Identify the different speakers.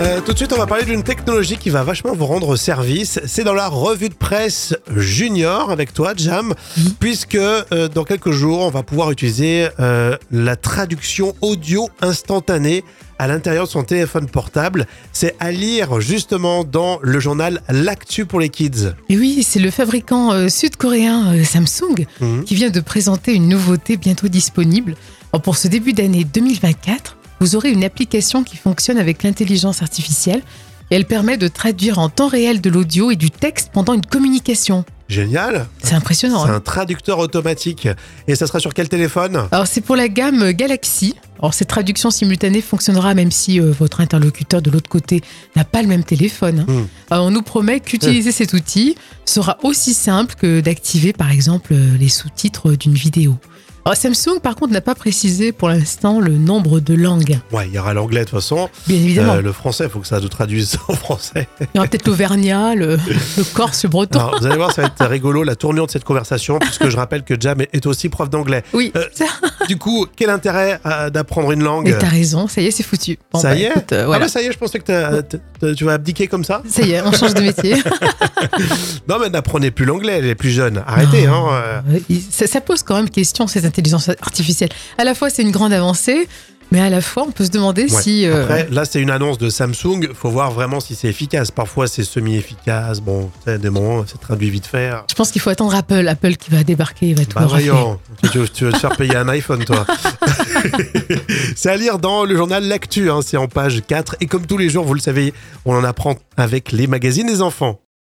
Speaker 1: Euh, tout de suite, on va parler d'une technologie qui va vachement vous rendre service. C'est dans la revue de presse junior avec toi, Jam, puisque euh, dans quelques jours, on va pouvoir utiliser euh, la traduction audio instantanée à l'intérieur de son téléphone portable. C'est à lire justement dans le journal L'actu pour les kids.
Speaker 2: Et oui, c'est le fabricant euh, sud-coréen euh, Samsung
Speaker 1: Mhm.
Speaker 2: qui vient de présenter une nouveauté bientôt disponible. Alors, pour ce début d'année 2024, vous aurez une application qui fonctionne avec l'intelligence artificielle et elle permet de traduire en temps réel de l'audio et du texte pendant une communication.
Speaker 1: Génial.
Speaker 2: C'est
Speaker 1: C'est
Speaker 2: impressionnant. hein
Speaker 1: un traducteur automatique. Et ça sera sur quel téléphone
Speaker 2: Alors c'est pour la gamme Galaxy. Alors cette traduction simultanée fonctionnera même si euh, votre interlocuteur de l'autre côté n'a pas le même téléphone. hein.
Speaker 1: Hmm.
Speaker 2: Euh, on nous promet qu'utiliser cet outil sera aussi simple que d'activer par exemple euh, les sous-titres d'une vidéo. Alors, Samsung par contre n'a pas précisé pour l'instant le nombre de langues.
Speaker 1: Ouais, il y aura l'anglais de toute façon.
Speaker 2: Bien évidemment,
Speaker 1: Euh, le français, il faut que ça nous traduise en français.
Speaker 2: il y aura peut-être l'auvergnat, le, le corse, le breton.
Speaker 1: Alors, vous allez voir, ça va être rigolo la tournure de cette conversation, puisque je rappelle que Jam est aussi prof d'anglais.
Speaker 2: Oui,
Speaker 1: Euh,
Speaker 2: ça,
Speaker 1: Du coup, quel intérêt euh, d'apprendre une langue
Speaker 2: et t'as raison, ça y est, c'est foutu. Bon,
Speaker 1: Ça
Speaker 2: bah,
Speaker 1: y est
Speaker 2: écoute, euh,
Speaker 1: Ah
Speaker 2: voilà.
Speaker 1: bah ça y est, je pensais que t'as- t- t- tu vas abdiquer comme ça.
Speaker 2: Ça y est, on change de métier.
Speaker 1: Non, mais n'apprenez plus l'anglais, les plus jeunes. Arrêtez,
Speaker 2: Non.
Speaker 1: hein. euh.
Speaker 2: Euh, il- Ça, ça pose quand même question, cette intelligence artificielle. À la fois, c'est une grande avancée, mais à la fois, on peut se demander
Speaker 1: Ouais.
Speaker 2: si. euh,
Speaker 1: Après, là, c'est une annonce de Samsung. Faut voir vraiment si c'est efficace. Parfois, c'est semi-efficace. Bon, tu sais, des moments, c'est traduit vite fait. hein.
Speaker 2: je pense qu'il faut attendre Apple, Apple qui va débarquer et va tout
Speaker 1: Bah
Speaker 2: refaire.
Speaker 1: voyons, tu, tu veux- tu veux te faire payer un iPhone, toi. c'est à lire dans le journal L'Actu, hein, c'est en page 4. Et comme tous les jours, vous le savez, on en apprend avec les magazines des enfants.